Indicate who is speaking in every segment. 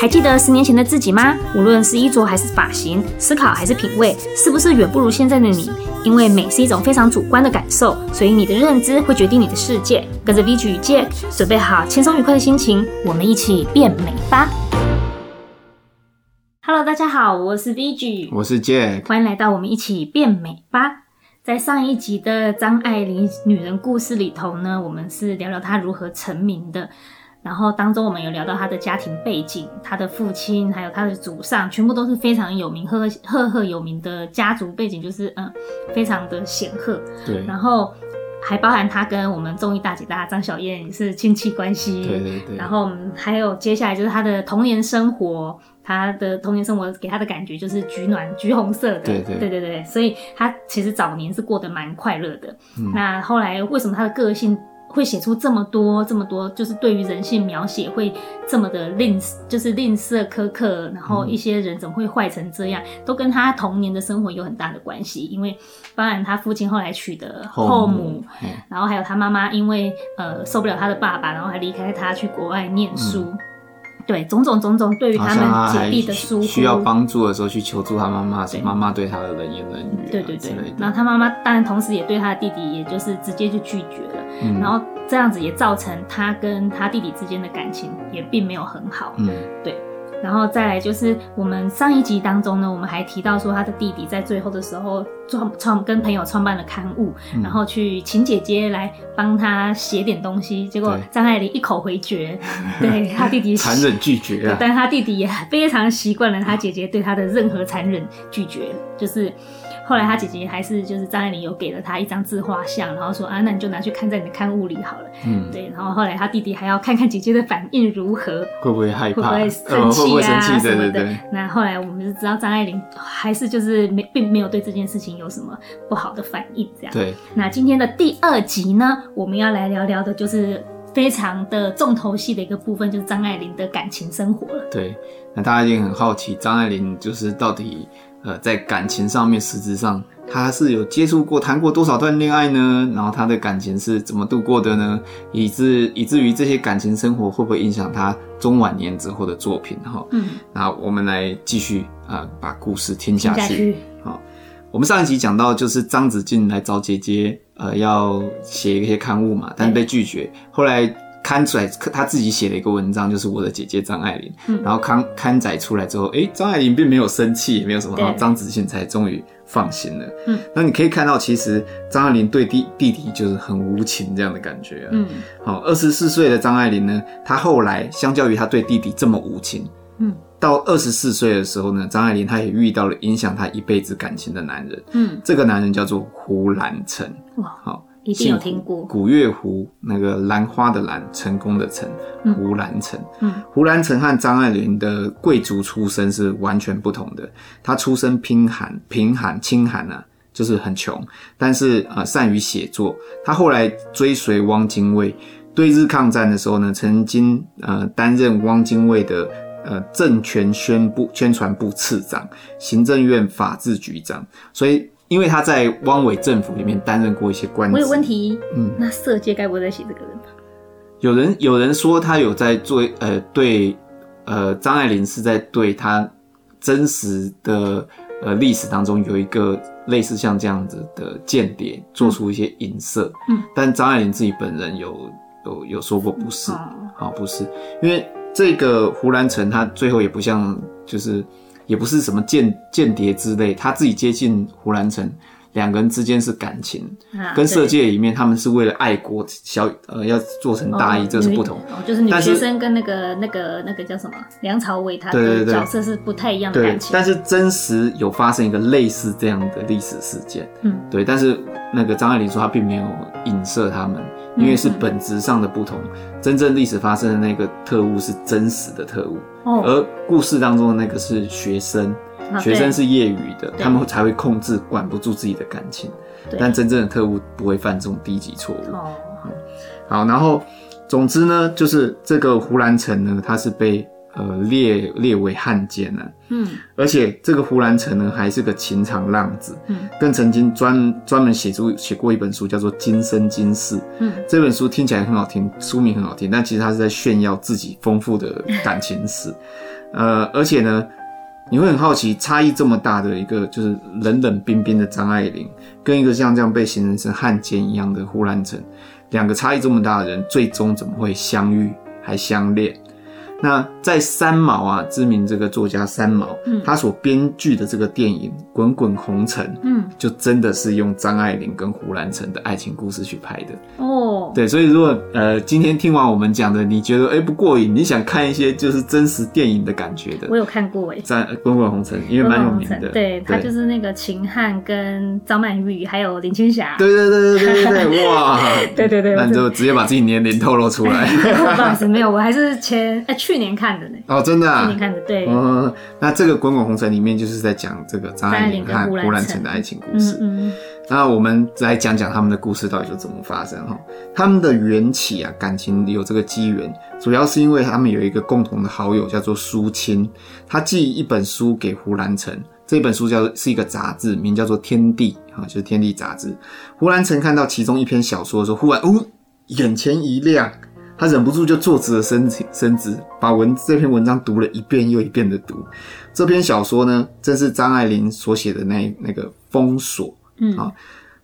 Speaker 1: 还记得十年前的自己吗？无论是衣着还是发型，思考还是品味，是不是远不如现在的你？因为美是一种非常主观的感受，所以你的认知会决定你的世界。跟着 V G 与 Jack，准备好轻松愉快的心情，我们一起变美吧！Hello，大家好，我是 V G，
Speaker 2: 我是 Jack。
Speaker 1: 欢迎来到我们一起变美吧。在上一集的张爱玲女人故事里头呢，我们是聊聊她如何成名的。然后当中我们有聊到她的家庭背景，她的父亲还有她的祖上，全部都是非常有名、赫赫赫有名的家族背景，就是嗯，非常的显赫。
Speaker 2: 对
Speaker 1: 然后还包含她跟我们中医大姐大张小燕是亲戚关系。
Speaker 2: 对对对，
Speaker 1: 然后我们还有接下来就是她的童年生活，她的童年生活给她的感觉就是橘暖、橘红色的，
Speaker 2: 对对
Speaker 1: 对对对所以她其实早年是过得蛮快乐的。
Speaker 2: 嗯
Speaker 1: 那后来为什么她的个性会写出这么多、这么多，就是对于人性描写会这么的吝，就是吝啬苛刻，然后
Speaker 2: 嗯
Speaker 1: 一些人怎么会坏成这样，都跟她童年的生活有很大的关系。因为当然她父亲后来娶的后母
Speaker 2: 嘿
Speaker 1: 然后还有他妈妈，因为呃受不了他的爸爸，然后还离开他去国外念书。对，种种种种，对于
Speaker 2: 嗯好
Speaker 1: 他
Speaker 2: 像他
Speaker 1: 们姐
Speaker 2: 还
Speaker 1: 弟的疏忽，
Speaker 2: 需要帮助的时候去求助他妈妈，
Speaker 1: 对
Speaker 2: 妈妈对他的冷言冷语、啊，
Speaker 1: 对对对
Speaker 2: 之类。
Speaker 1: 然后
Speaker 2: 的。
Speaker 1: 他妈妈当然同时也对他的弟弟，也就是直接就拒绝了。
Speaker 2: 嗯
Speaker 1: 然后这样子也造成他跟他弟弟之间的感情也并没有很好。
Speaker 2: 嗯，
Speaker 1: 然后再来就是我们上一集当中呢，我们还提到说他的弟弟在最后的时候创创跟朋友创办了刊物，
Speaker 2: 嗯
Speaker 1: 然后去请姐姐来帮他写点东西，结果
Speaker 2: 对
Speaker 1: 张爱玲一口回绝，对他弟弟
Speaker 2: 嗯残忍拒绝啊，
Speaker 1: 但他弟弟也非常习惯了他姐姐对他的任何残忍拒绝，就是后来他姐姐还是就是张爱玲有给了他一张自画像，然后说啊，那你就拿去看在你的刊物里好了。
Speaker 2: 嗯，
Speaker 1: 对，然后后来他弟弟还要看看姐姐的反应如何，
Speaker 2: 会不会害怕？
Speaker 1: 会不会生
Speaker 2: 呃会不会
Speaker 1: 气啊
Speaker 2: 生气？
Speaker 1: 什
Speaker 2: 对
Speaker 1: 么
Speaker 2: 对
Speaker 1: 的
Speaker 2: 对，
Speaker 1: 那后来我们就知道张爱玲还是就是没并没有对这件事情有什么不好的反应，这样。
Speaker 2: 对，
Speaker 1: 那今天的第二集呢，我们要来聊聊的就是非常的重头戏的一个部分，就是张爱玲的感情生活了。
Speaker 2: 对，那大家一定很好奇，张爱玲就是到底呃在感情上面，实质上她是有接触过、谈过多少段恋爱呢？然后她的感情是怎么度过的呢？以致以至于这些感情生活会不会影响她中晚年之后的作品？哈，
Speaker 1: 嗯，
Speaker 2: 那我们来继续啊、呃把故事听下
Speaker 1: 听
Speaker 2: 去。
Speaker 1: 下去。
Speaker 2: 我们上一集讲到，就是张子静来找姐姐，呃，要写一些刊物嘛，但是被拒绝。后来刊出来，他自己写了一个文章，就是我的姐姐张爱玲。
Speaker 1: 嗯
Speaker 2: 然后刊刊载出来之后，诶，张爱玲并没有生气，也没有什么，
Speaker 1: 对
Speaker 2: 然后张子静才终于放心了。
Speaker 1: 嗯，
Speaker 2: 那你可以看到，其实张爱玲对弟弟弟就是很无情这样的感觉、啊。
Speaker 1: 嗯
Speaker 2: 好，二十四岁的张爱玲呢，她后来相较于她对弟弟这么无情，
Speaker 1: 嗯
Speaker 2: 到二十四岁的时候呢，张爱玲她也遇到了影响她一辈子感情的男人。
Speaker 1: 嗯，
Speaker 2: 这个男人叫做胡兰成，
Speaker 1: 哇，
Speaker 2: 好、
Speaker 1: 一定有听
Speaker 2: 姓
Speaker 1: 过。
Speaker 2: 古月胡那个兰花的兰，成功的成
Speaker 1: 嗯，
Speaker 2: 胡兰成。
Speaker 1: 嗯
Speaker 2: 胡兰成和张爱玲的贵族出身是完全不同的，他出身贫寒，贫寒清寒啊，就是很穷，但是呃善于写作。他后来追随汪精卫，对日抗战的时候呢，曾经呃担任汪精卫的呃政权宣布宣传部次长、行政院法制局长，所以。因为他在汪伪政府里面担任过一些官职，
Speaker 1: 我有问题，
Speaker 2: 嗯
Speaker 1: 那色戒该不会在写这个人吧？
Speaker 2: 有人有人说他有在做，呃，对，呃，张爱玲是在对她真实的呃历史当中有一个类似像这样子的间谍做出一些影射，
Speaker 1: 嗯，
Speaker 2: 但张爱玲自己本人有有有说过不是，
Speaker 1: 哦，
Speaker 2: 好、不是，因为这个胡兰成他最后也不像，就是也不是什么间间谍之类，他自己接近胡兰成，两个人之间是感情，
Speaker 1: 啊
Speaker 2: 跟色
Speaker 1: 对
Speaker 2: 戒里面，他们是为了爱国小呃要做成大义，
Speaker 1: 哦
Speaker 2: 这是
Speaker 1: 女
Speaker 2: 不同。
Speaker 1: 哦，就是女
Speaker 2: 但
Speaker 1: 学
Speaker 2: 是
Speaker 1: 生跟那个那个那个叫什么梁朝伟他
Speaker 2: 对
Speaker 1: 的
Speaker 2: 对对
Speaker 1: 角色是不太一样的
Speaker 2: 对
Speaker 1: 感，情。
Speaker 2: 但是真实有发生一个类似这样的历史事件，
Speaker 1: 嗯
Speaker 2: 对，但是那个张爱玲说她并没有影射他们，
Speaker 1: 嗯
Speaker 2: 因为是本质上的不同。真正历史发生的那个特务是真实的特务，
Speaker 1: 哦，
Speaker 2: 而故事当中的那个是学生，
Speaker 1: 啊
Speaker 2: 呃学生是业余的，
Speaker 1: 对
Speaker 2: 他们才会控制管不住自己的感情。
Speaker 1: 对
Speaker 2: 但真正的特务不会犯这种低级错误。
Speaker 1: 对哦，
Speaker 2: 好，然后总之呢，就是这个胡兰成呢，他是被呃列列为汉奸呢、
Speaker 1: 嗯
Speaker 2: 而且这个胡兰成呢，还是个情场浪子，
Speaker 1: 嗯
Speaker 2: 更曾经专专门写出写过一本书，叫做《今生今世》。
Speaker 1: 嗯
Speaker 2: 这本书听起来很好听，书名很好听，但其实他是在炫耀自己丰富的感情史。呃，而且呢，你会很好奇，差异这么大的一个就是冷冷冰冰的张爱玲，跟一个像这样被形容成汉奸一样的胡兰成，两个差异这么大的人，最终怎么会相遇还相恋？那在三毛啊，知名这个作家三毛，
Speaker 1: 嗯
Speaker 2: 他所编剧的这个电影《滚滚红尘》，
Speaker 1: 嗯
Speaker 2: 就真的是用张爱玲跟胡兰成的爱情故事去拍的。
Speaker 1: 哦，
Speaker 2: 对，所以如果呃今天听完我们讲的，你觉得哎不过瘾，你想看一些就是真实电影的感觉的
Speaker 1: 我，有看过诶。
Speaker 2: 在《滚滚红尘》因为蛮有名的，
Speaker 1: 对他就是那个秦汉跟张曼玉还有林青 霞，
Speaker 2: 对对对对对对对，哇！
Speaker 1: 对对对
Speaker 2: 那
Speaker 1: 我
Speaker 2: 你
Speaker 1: 真
Speaker 2: 就直接把自己年龄透露出来
Speaker 1: 不好意思，没有，我还是前哎去年看的呢，
Speaker 2: 哦，真的、
Speaker 1: 去
Speaker 2: 啊
Speaker 1: 年。看的，对，嗯
Speaker 2: 嗯，那这个《滚滚红尘》里面就是在讲这个张爱玲
Speaker 1: 张爱
Speaker 2: 和
Speaker 1: 玲跟
Speaker 2: 胡
Speaker 1: 胡兰
Speaker 2: 兰
Speaker 1: 成
Speaker 2: 成的爱情故事。
Speaker 1: 嗯
Speaker 2: 那我们来讲讲他们的故事到底是怎么发生哈。他们的缘起啊，感情有这个机缘，主要是因为他们有一个共同的好友叫做苏青，他寄一本书给胡兰成，这本书叫是一个杂志，名叫做《天地》啊，就是《天地》杂志。胡兰成看到其中一篇小说的时候，忽然哦，眼前一亮。他忍不住就坐直了身体身子，把文这篇文章读了一遍又一遍的读。这篇小说呢，正是张爱玲所写的那那个《封锁》。
Speaker 1: 嗯
Speaker 2: 好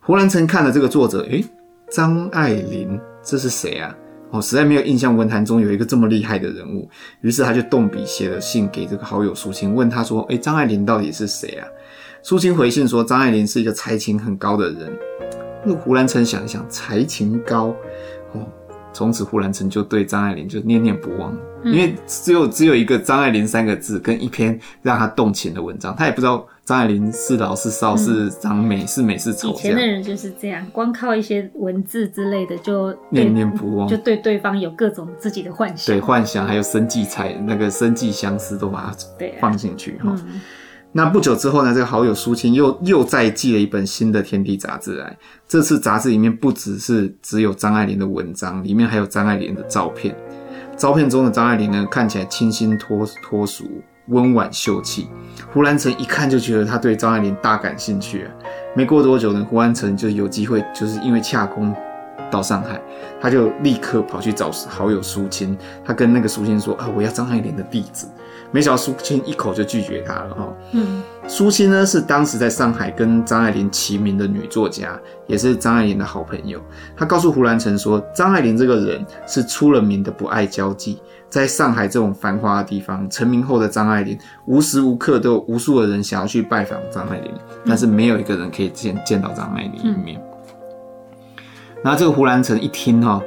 Speaker 2: 胡兰成看了这个作者，诶，张爱玲，这是谁啊？哦，实在没有印象，文坛中有一个这么厉害的人物。于是他就动笔写了信给这个好友苏青，问他说：“诶，张爱玲到底是谁啊？”苏青回信说：“张爱玲是一个才情很高的人。”那胡兰成想一想，才情高，哦，从此胡兰成就对张爱玲就念念不忘，
Speaker 1: 嗯
Speaker 2: 因为只有只有一个张爱玲三个字跟一篇让他动情的文章，他也不知道张爱玲是老是少是长美是美是
Speaker 1: 以
Speaker 2: 丑这
Speaker 1: 前
Speaker 2: 样
Speaker 1: 的。人就是这样，光靠一些文字之类的就对
Speaker 2: 念念不忘
Speaker 1: 就对对方有各种自己的幻想
Speaker 2: 对，幻想还有生计财那个生计相思都把它
Speaker 1: 对啊
Speaker 2: 放进去哈、
Speaker 1: 嗯
Speaker 2: 那不久之后呢，这个好友苏青又又再寄了一本新的《天地》杂志来。这次杂志里面不只是只有张爱玲的文章，里面还有张爱玲的照片。照片中的张爱玲呢，看起来清新脱脱俗，温婉秀气。胡兰成一看就觉得他对张爱玲大感兴趣了。啊没过多久呢，胡兰成就有机会，就是因为洽公到上海，他就立刻跑去找好友苏青，他跟那个苏青说啊，我要张爱玲的地址。没想到苏青一口就拒绝他了哈、
Speaker 1: 嗯
Speaker 2: 苏青呢是当时在上海跟张爱玲齐名的女作家，也是张爱玲的好朋友。她告诉胡兰成说，张爱玲这个人是出了名的不爱交际，在上海这种繁华的地方，成名后的张爱玲无时无刻都有无数的人想要去拜访张爱玲，但是没有一个人可以见见到张爱玲一面。然后这个胡兰成一听哈、哦，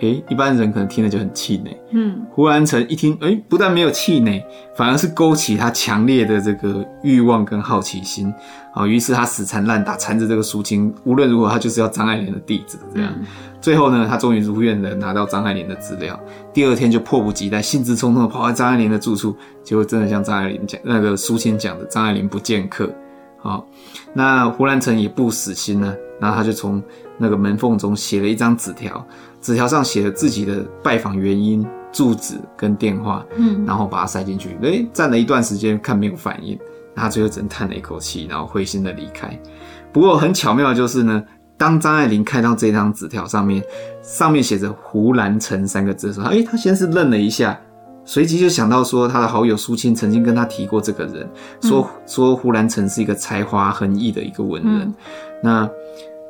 Speaker 2: 诶，一般人可能听了就很气馁，
Speaker 1: 嗯
Speaker 2: 胡兰成一听，哎、不但没有气馁，反而是勾起他强烈的这个欲望跟好奇心。好、于是他死缠烂打，缠着这个苏青，无论如何他就是要张爱玲的弟子。这样，
Speaker 1: 嗯
Speaker 2: 最后呢，他终于如愿的拿到张爱玲的资料，第二天就迫不及待、兴致冲冲的跑到张爱玲的住处，结果真的像张爱玲讲那个苏青讲的，张爱玲不见客。好、那胡兰成也不死心呢，然后他就从那个门缝中写了一张纸条，纸条上写了自己的拜访原因、住址跟电话，
Speaker 1: 嗯
Speaker 2: 然后把它塞进去。诶，站了一段时间，看没有反应，那他最后只能叹了一口气，然后灰心的离开。不过很巧妙的就是呢，当张爱玲看到这张纸条上面上面写着“胡兰成”三个字的时候，诶，他先是愣了一下。随即就想到说，他的好友苏青曾经跟他提过这个人，
Speaker 1: 嗯
Speaker 2: 说说胡兰成是一个才华横溢的一个文人
Speaker 1: 嗯，
Speaker 2: 那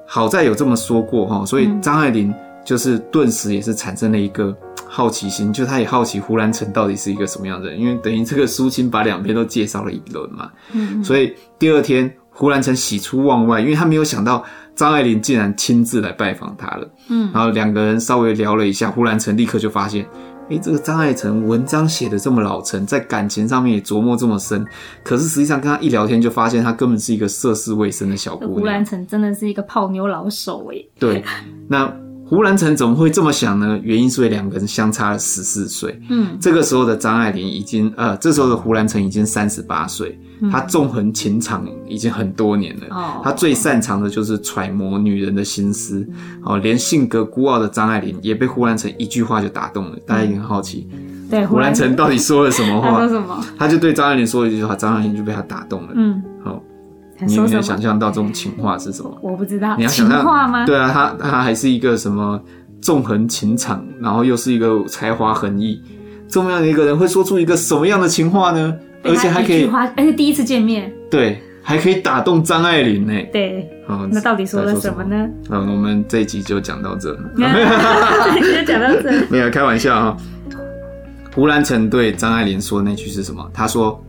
Speaker 2: 好在有这么说过哈，所以
Speaker 1: 嗯
Speaker 2: 张爱玲就是顿时也是产生了一个好奇心，就她也好奇胡兰成到底是一个什么样的人，因为等于这个苏青把两边都介绍了一轮嘛，
Speaker 1: 嗯
Speaker 2: 所以第二天胡兰成喜出望外，因为他没有想到张爱玲竟然亲自来拜访他了。
Speaker 1: 嗯
Speaker 2: 然后两个人稍微聊了一下，胡兰成立刻就发现，诶，这个张爱成文章写的这么老成，在感情上面也琢磨这么深，可是实际上跟他一聊天就发现，她根本是一个涉世未深的小
Speaker 1: 这
Speaker 2: 姑
Speaker 1: 胡兰
Speaker 2: 娘。
Speaker 1: 成真的是一个泡妞老手欸诶，
Speaker 2: 对，那胡兰成怎么会这么想呢？原因是因为两个人相差了十四岁。
Speaker 1: 嗯
Speaker 2: 这个时候的张爱玲已经，呃，这时候的胡兰成已经三十八岁，他纵横情场已经很多年了。
Speaker 1: 嗯哦，
Speaker 2: 他最擅长的就是揣摩女人的心思，
Speaker 1: 嗯嗯
Speaker 2: 哦，连性格孤傲的张爱玲也被胡兰成一句话就打动了。大家一定很好奇，
Speaker 1: 对，
Speaker 2: 胡兰成到底说了什么
Speaker 1: 他
Speaker 2: 话
Speaker 1: 说？什么？
Speaker 2: 他就对张爱玲说了一句话，张爱玲就被他打动了。
Speaker 1: 嗯，
Speaker 2: 好、
Speaker 1: 他
Speaker 2: 你
Speaker 1: 说
Speaker 2: 你
Speaker 1: 什
Speaker 2: 能
Speaker 1: 么？
Speaker 2: 想象到这种情话是什么？
Speaker 1: 我不知道，
Speaker 2: 你要
Speaker 1: 情
Speaker 2: 想象
Speaker 1: 话吗？
Speaker 2: 对啊，他他还是一个什么纵横情场，然后又是一个才华横溢，这么样的一个人会说出一个什么样的情话呢？
Speaker 1: 被
Speaker 2: 而
Speaker 1: 他
Speaker 2: 且还可
Speaker 1: 一句
Speaker 2: 以
Speaker 1: 话，而且第一次见面，
Speaker 2: 对，还可以打动张爱玲呢。
Speaker 1: 对，
Speaker 2: 嗯，
Speaker 1: 那到底说了
Speaker 2: 在
Speaker 1: 什么？呢？
Speaker 2: 嗯，我们这一集就讲 到这，
Speaker 1: 就讲到这，
Speaker 2: 没有开玩笑啊、胡兰成对张爱玲说那句是什么？他说：“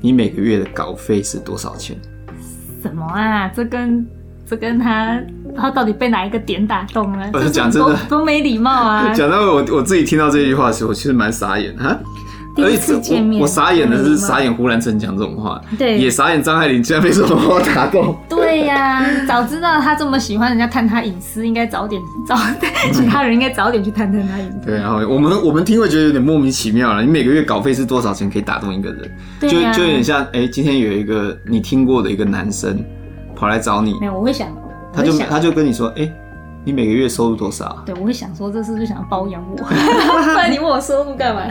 Speaker 2: 你每个月的稿费是多少钱
Speaker 1: 什么啊？这跟这跟他他到底被哪一个点打动了？
Speaker 2: 不是
Speaker 1: 这
Speaker 2: 讲真
Speaker 1: 多
Speaker 2: 的！
Speaker 1: 多没礼貌？”啊
Speaker 2: 讲到我我自己听到这句话的时候，我其实蛮傻眼啊。
Speaker 1: 第一次见面，
Speaker 2: 我我傻眼的
Speaker 1: 多没
Speaker 2: 是
Speaker 1: 礼貌
Speaker 2: 傻眼胡兰成讲这种话，也
Speaker 1: 对
Speaker 2: 傻眼张爱玲居然被这种话打 动。
Speaker 1: 对呀、早知道他这么喜欢人家探他隐私，应该早点 早其他人应该早点去探探他隐私。
Speaker 2: 对，然后我们我们听会觉得有点莫名其妙了。你每个月稿费是多少钱可以打动一个人？就
Speaker 1: 对呀、
Speaker 2: 就有点像，哎、今天有一个你听过的一个男生跑来找你
Speaker 1: 没，有，我会想，
Speaker 2: 他
Speaker 1: 我
Speaker 2: 就
Speaker 1: 会想
Speaker 2: 他就跟你说，哎、你每个月收入多少啊
Speaker 1: 对，我会想说这是不是想要包 养我？不然你问我收入干嘛？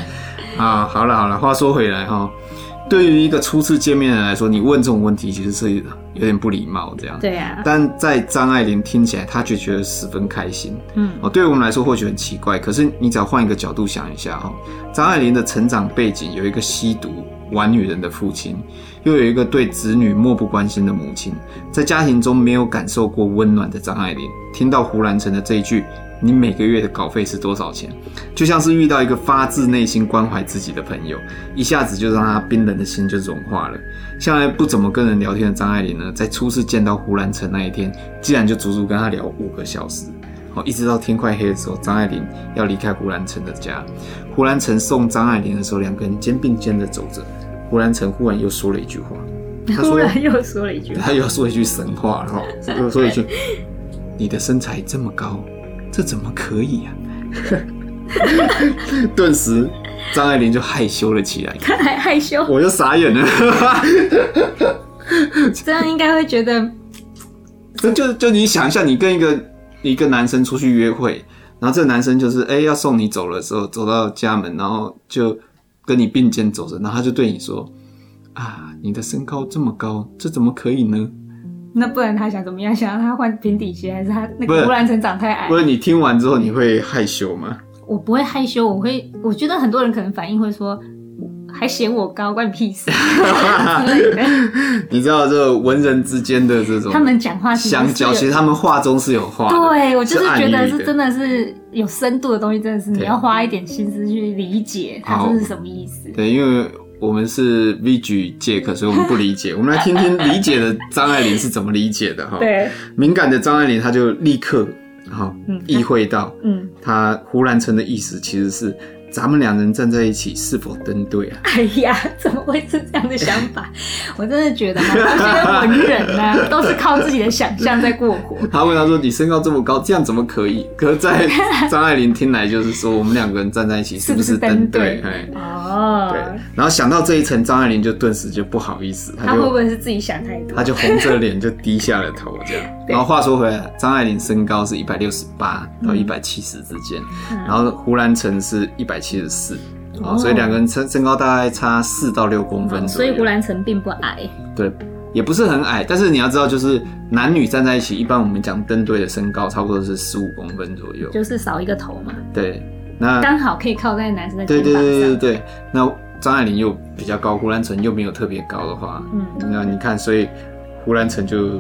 Speaker 2: 啊？好了好了，话说回来哈，对于一个初次见面的人来说，你问这种问题其实是有点不礼貌这样。
Speaker 1: 对呀、
Speaker 2: 但在张爱玲听起来，她就觉得十分开心。
Speaker 1: 嗯，
Speaker 2: 哦，对于我们来说或许很奇怪，可是你只要换一个角度想一下哈、哦，张爱玲的成长背景有一个吸毒玩女人的父亲，又有一个对子女漠不关心的母亲，在家庭中没有感受过温暖的张爱玲，听到胡兰成的这一句。你每个月的稿费是多少钱？就像是遇到一个发自内心关怀自己的朋友，一下子就让他冰冷的心就融化了。向来不怎么跟人聊天的张爱玲呢，在初次见到胡兰成那一天，竟然就足足跟他聊五个小时。哦，一直到天快黑的时候，张爱玲要离开胡兰成的家。胡兰成送张爱玲的时候，两个人肩并肩的走着。胡兰成忽然又说了一句话，他
Speaker 1: 突
Speaker 2: 说
Speaker 1: 然又说了一句，
Speaker 2: 他又说一句神话了哈，又说一句：“你的身材这么高，这怎么可以呀、啊？” 顿时，张爱玲就害羞了起来，
Speaker 1: 他还害羞，
Speaker 2: 我又傻眼了。
Speaker 1: 这样应该会觉得
Speaker 2: 就就就你想一下，你跟一个一个男生出去约会，然后这个男生就是哎、要送你走了之后，走到家门，然后就跟你并肩走着，然后他就对你说：“啊，你的身高这么高，这怎么可以呢
Speaker 1: 那不然他想怎么样？想让他换平底鞋，还是他那
Speaker 2: 不是
Speaker 1: 个胡兰成长太？”矮
Speaker 2: 不？是你听完之后你会害羞吗？
Speaker 1: 我不会害羞，我会，我觉得很多人可能反应会说，还嫌我高，关你屁 事之类的。
Speaker 2: 你知道这文人之间的这种
Speaker 1: 他们讲话其实
Speaker 2: 相交，
Speaker 1: 是
Speaker 2: 其
Speaker 1: 有
Speaker 2: 实他们话中是有话的，
Speaker 1: 对我就是觉得
Speaker 2: 是暗
Speaker 1: 是
Speaker 2: 喻
Speaker 1: 真的是有深度的东西，真的是你
Speaker 2: 对
Speaker 1: 要花一点心思去理解它
Speaker 2: 好
Speaker 1: 这是什么意思。
Speaker 2: 对，因为我们是 V 举 Jack，所以我们不理解。我们来听听理解的张爱玲是怎么理解的 哈。
Speaker 1: 对，
Speaker 2: 敏感的张爱玲，她就立刻哈、
Speaker 1: 嗯
Speaker 2: 意会到，
Speaker 1: 嗯，
Speaker 2: 她胡兰成的意思其实是咱们两人站在一起是否登 对啊？
Speaker 1: 哎呀，怎么会是这样的想法？我真的觉得 哈，这些文人呢、都是靠自己的想象在过活。
Speaker 2: 他问她说：“你身高这么高，这样怎么可以？”可是在张爱玲听来就是说，我们两个人站在一起是不
Speaker 1: 是 不
Speaker 2: 是
Speaker 1: 是登
Speaker 2: 登对？
Speaker 1: 对
Speaker 2: 哎，
Speaker 1: 哦
Speaker 2: 对，。然后想到这一层，张爱玲就顿时就不好意思，她
Speaker 1: 他会不
Speaker 2: 就
Speaker 1: 会是自己想太多？
Speaker 2: 她就红着脸就低下了头，这样。 然后话说回来，张爱玲身高是一百六十八到一百七十之间，
Speaker 1: 嗯
Speaker 2: 然后胡兰成是一百七十四，
Speaker 1: 哦哦
Speaker 2: 哦，所以两个人身身高大概差四到六公分左
Speaker 1: 所
Speaker 2: 右，
Speaker 1: 以胡兰成并不矮，
Speaker 2: 对。也不是很矮，但是你要知道，就是男女站在一起，一般我们讲登对的身高差不多是十五公分左右。
Speaker 1: 就是少一个头嘛，
Speaker 2: 对，那
Speaker 1: 刚好可以靠在男生的肩
Speaker 2: 嗯对
Speaker 1: 膀
Speaker 2: 对
Speaker 1: 上。
Speaker 2: 对对对，那张爱玲又比较高，胡兰成又没有特别高的话，
Speaker 1: 嗯，
Speaker 2: 那你看，所以胡兰成就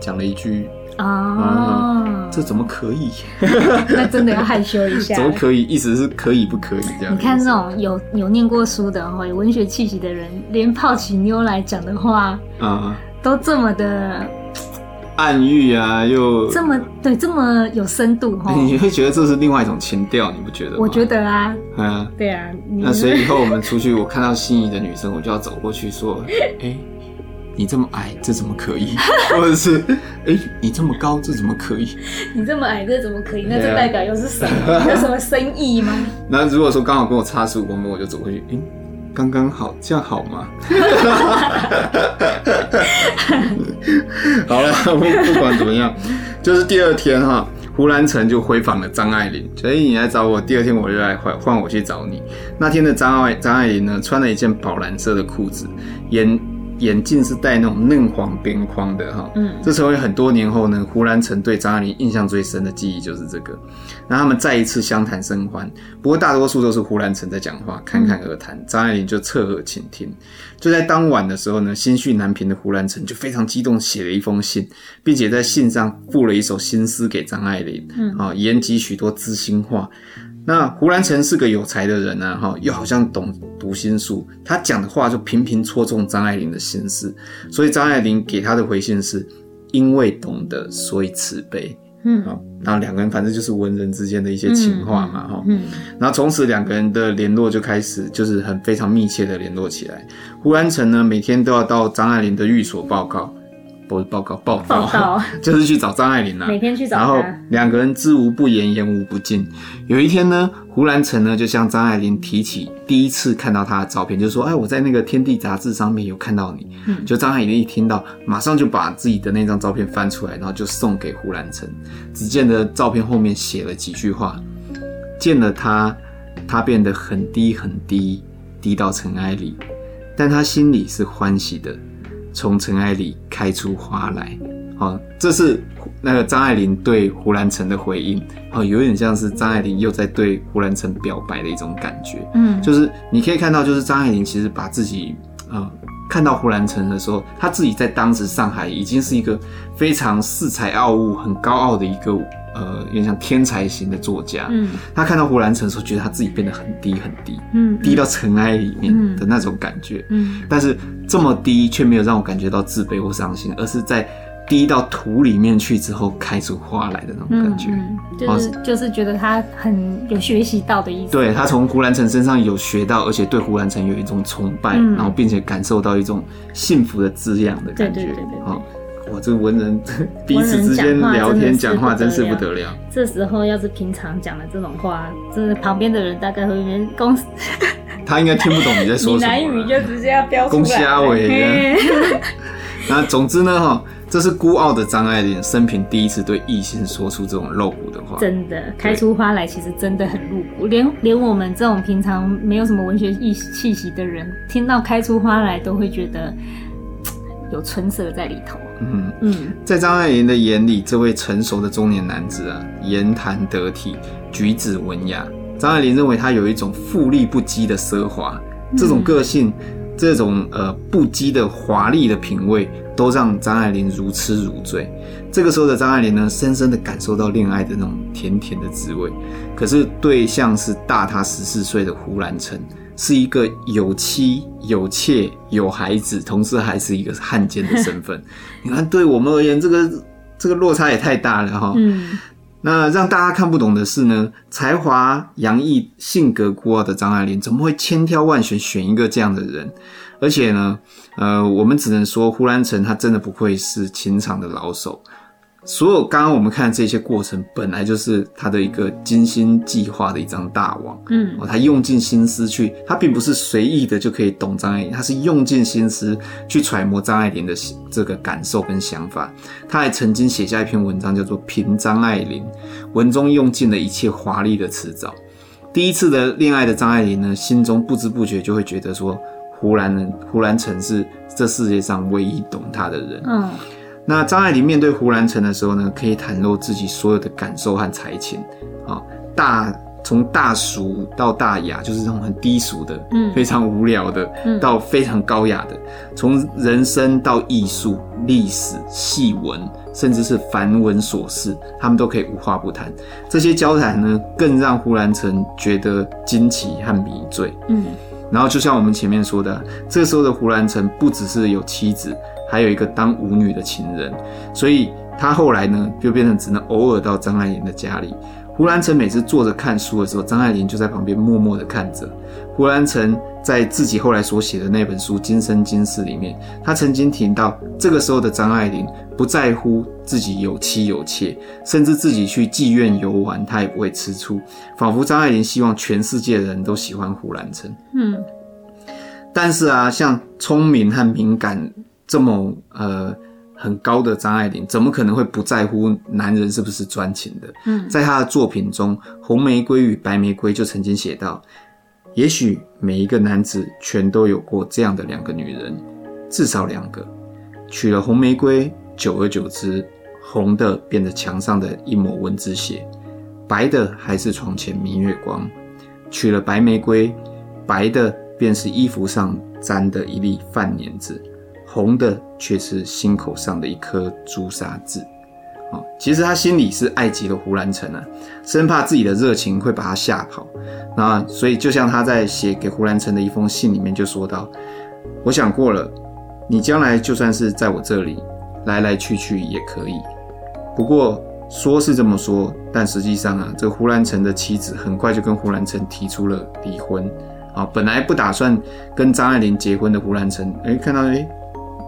Speaker 2: 讲了一句
Speaker 1: 哦，
Speaker 2: 啊这怎么可以？
Speaker 1: 那真的要害羞一下
Speaker 2: 怎。么可以？意思是可以不可以这样？
Speaker 1: 你看这，种有有念过书的哦，有文学气息的人，连泡起妞来讲的话，
Speaker 2: 啊、
Speaker 1: 都这么的，
Speaker 2: 呃暗喻啊，又
Speaker 1: 这么对，这么有深度哦。
Speaker 2: 你会觉得这是另外一种情调，你不觉得吗？
Speaker 1: 我觉，得啊，
Speaker 2: 嗯、啊。
Speaker 1: 对啊，你
Speaker 2: 那所以以后我们出去，我看到心仪的女生，我就要走过去说：“哎、你这么矮，这怎么可以？” 或者是“哎、你这么高，这怎么可以
Speaker 1: 你这么矮，这怎么可以？那
Speaker 2: 对
Speaker 1: 这
Speaker 2: 啊
Speaker 1: 代表又是什么？有什么深意吗？？”
Speaker 2: 那如果说刚好跟我差十五公分，我就走过去，哎、刚刚好，这样好吗？ 好了，不不管怎么样，就是第二天哈，胡兰成就回访了张爱玲，所以你来找我，第二天我就来换换我去找你。那天的张爱张爱玲呢，穿了一件宝蓝色的裤子，眼眼镜是戴那种嫩黄边框的哈。
Speaker 1: 嗯
Speaker 2: 这成为很多年后呢，胡兰成对张爱玲印象最深的记忆就是这个。那他们再一次相谈甚欢，不过大多数都是胡兰成在讲话，侃侃而谈，张爱玲就侧耳倾听。就在当晚的时候呢，心绪难平的胡兰成就非常激动，写了一封信，并且在信上附了一首新诗给张爱玲，
Speaker 1: 嗯
Speaker 2: 啊、言及许多知心话。那胡兰成是个有才的人啊，哈，又好像懂读心术，他讲的话就频频戳中张爱玲的心思，所以张爱玲给他的回信是：因为懂得，所以慈悲。
Speaker 1: 嗯
Speaker 2: 哦，然后两个人反正就是文人之间的一些情话嘛，哈、
Speaker 1: 嗯
Speaker 2: 然后从此两个人的联络就开始就是很非常密切的联络起来。胡兰成呢，每天都要到张爱玲的寓所报告，不是报告报道，
Speaker 1: 报道，
Speaker 2: 就是去找张爱玲啦、啊
Speaker 1: 每天去找
Speaker 2: 然后
Speaker 1: 他，
Speaker 2: 两个人知无不言，言无不尽。有一天呢，胡兰成呢就向张爱玲提起第一次看到她的照片，就说：“哎，我在那个《天地》杂志上面有看到你。
Speaker 1: 嗯
Speaker 2: 就张爱玲一听到，马上就把自己的那张照片翻出来，然后就送给胡兰成。只见得照片后面写了几句话：“见了他，他变得很低很低，低到尘埃里，但他心里是欢喜的，从尘埃里开出花来。”好，这是那个张爱玲对胡兰成的回应，好，有点像是张爱玲又在对胡兰成表白的一种感觉。
Speaker 1: 嗯，
Speaker 2: 就是你可以看到，就是张爱玲其实把自己，呃，看到胡兰成的时候，她自己在当时上海已经是一个非常恃才傲物、很高傲的一个，呃，有点像天才型的作家。
Speaker 1: 嗯
Speaker 2: 她看到胡兰成的时候，觉得她自己变得很低很低，
Speaker 1: 嗯
Speaker 2: 低到尘埃里面
Speaker 1: 嗯
Speaker 2: 的那种感觉。
Speaker 1: 嗯
Speaker 2: 但是这么低却没有让我感觉到自卑或伤心，而是在低到土里面去之后开出花来的那种
Speaker 1: 嗯
Speaker 2: 感觉。
Speaker 1: 嗯，就是就是觉得他很有学习到的意思，
Speaker 2: 对他从胡兰成身上有学到，而且对胡兰成有一种崇拜，
Speaker 1: 嗯
Speaker 2: 然后并且感受到一种幸福的滋养的感觉。
Speaker 1: 对对对对对
Speaker 2: 哦哇，这文人 彼此之间聊天
Speaker 1: 讲
Speaker 2: 讲
Speaker 1: 话
Speaker 2: 话
Speaker 1: 真
Speaker 2: 真
Speaker 1: 的是
Speaker 2: 是
Speaker 1: 不
Speaker 2: 不
Speaker 1: 得
Speaker 2: 得了。
Speaker 1: 这时候要是平常讲的这种话，真的旁边的人大概会有点恭喜，
Speaker 2: 他应该听不懂你在
Speaker 1: 闽
Speaker 2: 说什
Speaker 1: 南
Speaker 2: 么啊
Speaker 1: 语
Speaker 2: 了。
Speaker 1: 就直接要飙出
Speaker 2: 恭喜
Speaker 1: 来
Speaker 2: 阿
Speaker 1: 了。
Speaker 2: 伟
Speaker 1: 嘿
Speaker 2: 那总之呢，哈，这是孤傲的张爱玲生平第一次对异性说出这种露骨的话。
Speaker 1: 真的开出花来，其实真的很露骨，连连我们这种平常没有什么文学意气息的人，听到开出花来都会觉得嘖有春色在里头。
Speaker 2: 嗯，
Speaker 1: 嗯
Speaker 2: 在张爱玲的眼里，这位成熟的中年男子啊，言谈得体，举止文雅。张爱玲认为他有一种富丽不羁的奢华，这种个性，这种呃不羁的华丽的品味，都让张爱玲如痴如醉。这个时候的张爱玲呢，深深的感受到恋爱的那种甜甜的滋味。可是对象是大她十四岁的胡兰成，是一个有妻有妾有孩子，同时还是一个汉奸的身份。你看，对我们而言，这个这个落差也太大了哈。
Speaker 1: 嗯
Speaker 2: 那让大家看不懂的是呢，才华洋溢、性格孤傲的张爱玲，怎么会千挑万选选一个这样的人？而且呢，呃，我们只能说胡兰成他真的不愧是情场的老手。所有刚刚我们看的这些过程，本来就是他的一个精心计划的一张大网。
Speaker 1: 嗯
Speaker 2: 哦，他用尽心思去，他并不是随意的就可以懂张爱玲，他是用尽心思去揣摩张爱玲的喜这个感受跟想法。他还曾经写下一篇文章，叫做《评张爱玲》，文中用尽了一切华丽的辞藻。第一次的恋爱的张爱玲呢，心中不知不觉就会觉得说，胡兰人胡兰成是这世界上唯一懂她的人。
Speaker 1: 嗯
Speaker 2: 那张爱玲面对胡兰成的时候呢，可以袒露自己所有的感受和才情啊、大从大俗到大雅，就是那种很低俗的，
Speaker 1: 嗯
Speaker 2: 非常无聊的，
Speaker 1: 嗯
Speaker 2: 到非常高雅的，从人生到艺术、历史、戏文，甚至是繁文琐事，他们都可以无话不谈。这些交谈呢，更让胡兰成觉得惊奇和迷醉。
Speaker 1: 嗯
Speaker 2: 然后就像我们前面说的，这时候的胡兰成不只是有妻子，还有一个当舞女的情人，所以他后来呢就变成只能偶尔到张爱玲的家里。胡兰成每次坐着看书的时候，张爱玲就在旁边默默的看着。胡兰成在自己后来所写的那本书《今生今世》里面，他曾经提到，这个时候的张爱玲不在乎自己有妻有妾，甚至自己去妓院游玩，她也不会吃醋，仿佛张爱玲希望全世界的人都喜欢胡兰成。
Speaker 1: 嗯
Speaker 2: 但是啊，像聪明和敏感这么呃很高的张爱玲，怎么可能会不在乎男人是不是专情的？
Speaker 1: 嗯
Speaker 2: 在她的作品中，《红玫瑰与白玫瑰》就曾经写到：也许每一个男子全都有过这样的两个女人，至少两个。娶了红玫瑰，久而久之，红的变得墙上的一抹蚊子血，白的还是床前明月光。娶了白玫瑰，白的便是衣服上沾的一粒饭粘子，红的却是心口上的一颗朱砂痣。哦，其实他心里是爱极了胡兰成啊，生怕自己的热情会把他吓跑。那所以，就像他在写给胡兰成的一封信里面就说到：“我想过了，你将来就算是在我这里来来去去也可以。不过说是这么说，但实际上啊，这胡兰成的妻子很快就跟胡兰成提出了离婚。啊，本来不打算跟张爱玲结婚的胡兰成，哎，看到哎。”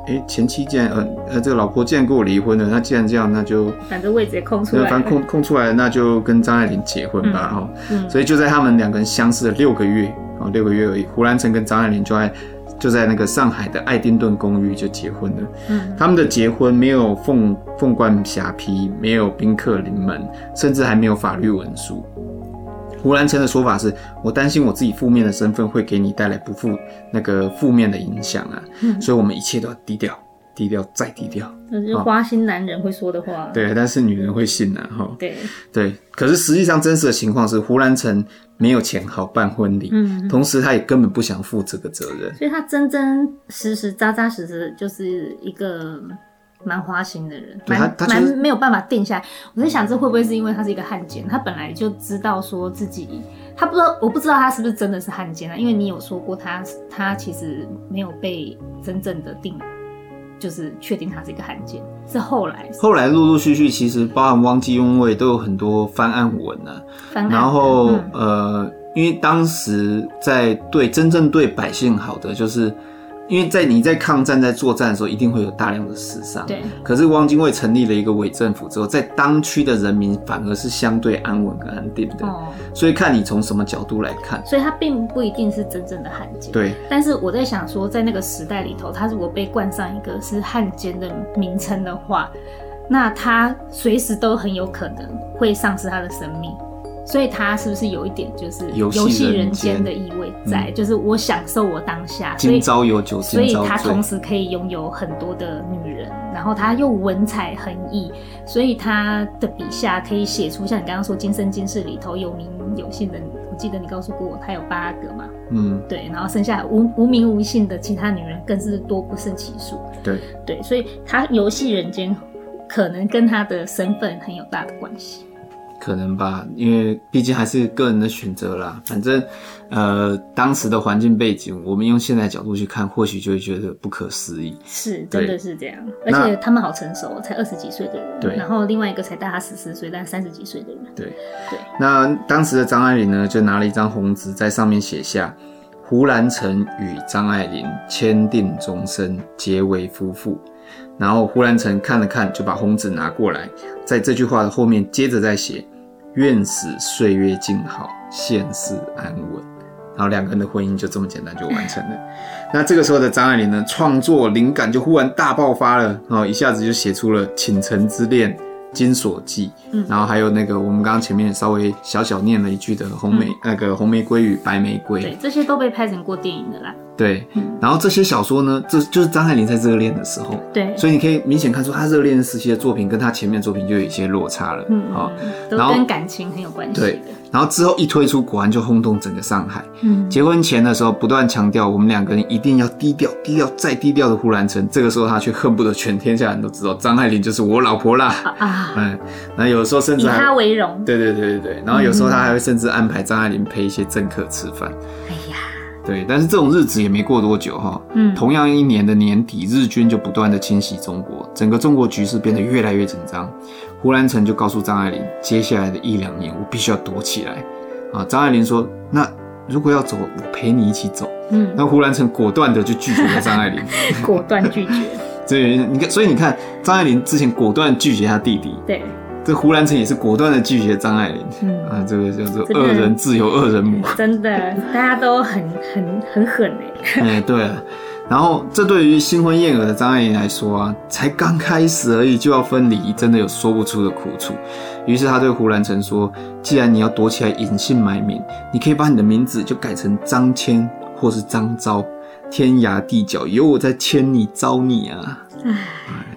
Speaker 2: 哎，前妻竟然呃呃，这个老婆竟然跟我离婚了，那既然这样，那就
Speaker 1: 反正位置也空出
Speaker 2: 那
Speaker 1: 来
Speaker 2: 反正
Speaker 1: 了，
Speaker 2: 空空出来，那就跟张爱玲结婚吧，
Speaker 1: 嗯
Speaker 2: 哈、
Speaker 1: 嗯，
Speaker 2: 所以就在他们两个人相识的六个月，哦，六个月而已，胡兰成跟张爱玲就在就在那个上海的爱丁顿公寓就结婚了。
Speaker 1: 嗯
Speaker 2: 他们的结婚没有凤凤冠霞帔，没有宾客临门，甚至还没有法律文书。胡兰成的说法是：我担心我自己负面的身份会给你带来不负那个负面的影响啊，
Speaker 1: 嗯
Speaker 2: 所以我们一切都要低调，低调再低调。
Speaker 1: 这是花心男人会说的话，
Speaker 2: 对，但是女人会信啊，哈、
Speaker 1: 对，
Speaker 2: 对，可是实际上真实的情况是，胡兰成没有钱好办婚礼，
Speaker 1: 嗯，
Speaker 2: 同时他也根本不想负这个责任。
Speaker 1: 所以他真真实实、扎扎实实就是一个蛮花心的人，
Speaker 2: 对
Speaker 1: 蛮
Speaker 2: 他他就
Speaker 1: 蛮、
Speaker 2: 是
Speaker 1: 没有办法定下来。我在想，这会不会是因为他是一个汉奸？他本来就知道说自己，他不知道，我不知道他是不是真的是汉奸啊？因为你有说过他，他其实没有被真正的定，就是确定他是一个汉奸，是后来
Speaker 2: 后来陆陆续续，其实包含汪精庸位都有很多翻案文啊，
Speaker 1: 翻案的，
Speaker 2: 然后、
Speaker 1: 嗯
Speaker 2: 呃，因为当时在对真正对百姓好的，就是因为在你在抗战在作战的时候，一定会有大量的死伤，
Speaker 1: 对，
Speaker 2: 可是汪精卫成立了一个伪政府之后，在当区的人民反而是相对安稳跟安定的，
Speaker 1: 哦，
Speaker 2: 所以看你从什么角度来看。
Speaker 1: 所以他并不一定是真正的汉奸，
Speaker 2: 对，
Speaker 1: 但是我在想说，在那个时代里头，他如果被冠上一个是汉奸的名称的话，那他随时都很有可能会丧失他的生命。所以他是不是有一点就是
Speaker 2: 游戏
Speaker 1: 戏
Speaker 2: 人
Speaker 1: 人
Speaker 2: 间嗯
Speaker 1: 间的意味在？就是我享受我当下，所
Speaker 2: 今
Speaker 1: 以
Speaker 2: 朝有酒
Speaker 1: 所
Speaker 2: 今
Speaker 1: 以
Speaker 2: 朝
Speaker 1: 他
Speaker 2: 醉
Speaker 1: 同。时可以拥有很多的女人，然后他又文采横溢，所以他的笔下可以写出像你刚刚说《今生今世》里头有名有姓的，我记得你告诉过我，他有八个嘛，
Speaker 2: 嗯，
Speaker 1: 对，然后剩下无无名无姓的其他女人更是多不胜其数。
Speaker 2: 对，
Speaker 1: 对，所以他游戏人间可能跟他的身份很有大的关系。
Speaker 2: 可能吧，因为毕竟还是个人的选择啦。反正，呃，当时的环境背景，我们用现在角度去看，或许就会觉得不可思议。
Speaker 1: 是，
Speaker 2: 对
Speaker 1: 真的是这样。而
Speaker 2: 那
Speaker 1: 且他们好成熟，哦才二十几岁的人，
Speaker 2: 对
Speaker 1: 然后另外一个才大他十四岁，但三十几岁的人，
Speaker 2: 对，
Speaker 1: 对，
Speaker 2: 那当时的张爱玲呢，就拿了一张红纸，在上面写下：胡兰成与张爱玲签订终身，结为夫妇。然后胡兰成看了看，就把红纸拿过来，在这句话的后面接着再写：愿使岁月静好，现世安稳。然后两个人的婚姻就这么简单就完成 了。那这个时候的张爱玲呢，创作灵感就忽然大爆发了，哦，一下子就写出了《倾城之恋》《金锁记》，
Speaker 1: 嗯
Speaker 2: 然后还有那个我们刚刚前面稍微小小念了一句的红
Speaker 1: 嗯
Speaker 2: 玫、那个红玫瑰与白玫瑰，
Speaker 1: 对，这些都被拍成过电影的啦。
Speaker 2: 对
Speaker 1: 嗯
Speaker 2: 然后这些小说呢，这就是张爱玲在热恋的时候，
Speaker 1: 对，
Speaker 2: 所以你可以明显看出她热恋时期的作品跟她前面的作品就有一些落差了，
Speaker 1: 嗯，
Speaker 2: 好、
Speaker 1: 都
Speaker 2: 然后
Speaker 1: 跟感情很有关系
Speaker 2: 对
Speaker 1: 的。
Speaker 2: 然后之后一推出，果然就轰动整个上海。
Speaker 1: 嗯，
Speaker 2: 结婚前的时候，不断强调我们两个人一定要低调、低调再低调的胡兰成，这个时候他却恨不得全天下人都知道张爱玲就是我老婆啦。
Speaker 1: 啊啊，
Speaker 2: 嗯，那有时候甚
Speaker 1: 以
Speaker 2: 至还
Speaker 1: 他为荣。
Speaker 2: 对对对对对，然后有时候他还会甚至安排张爱玲陪一些政客吃饭。
Speaker 1: 哎呀，
Speaker 2: 对，但是这种日子也没过多久哈、
Speaker 1: 嗯，
Speaker 2: 同样一年的年底，日军就不断的侵袭中国，整个中国局势变得越来越紧张。胡兰成就告诉张爱玲，接下来的一两年我必须要躲起来。啊，张爱玲说：“那如果要走，我陪你一起走。”
Speaker 1: 嗯，
Speaker 2: 那胡兰成果断的就拒绝了张爱玲，
Speaker 1: 果断拒绝。
Speaker 2: 所以你看，所以你看，张爱玲之前果断拒绝她弟弟，
Speaker 1: 对，
Speaker 2: 这胡兰成也是果断的拒绝张爱玲
Speaker 1: 嗯。
Speaker 2: 啊，这个叫做
Speaker 1: 真的
Speaker 2: 恶人自有恶人磨，
Speaker 1: 真的，大家都很很很狠哎、
Speaker 2: 哎，对啊，然后，这对于新婚燕尔的张爱玲来说啊，才刚开始而已就要分离，真的有说不出的苦楚。于是他对胡兰成说：“既然你要躲起来隐姓埋名，你可以把你的名字就改成张骞或是张昭，天涯地角有我在牵你招你啊。”哎，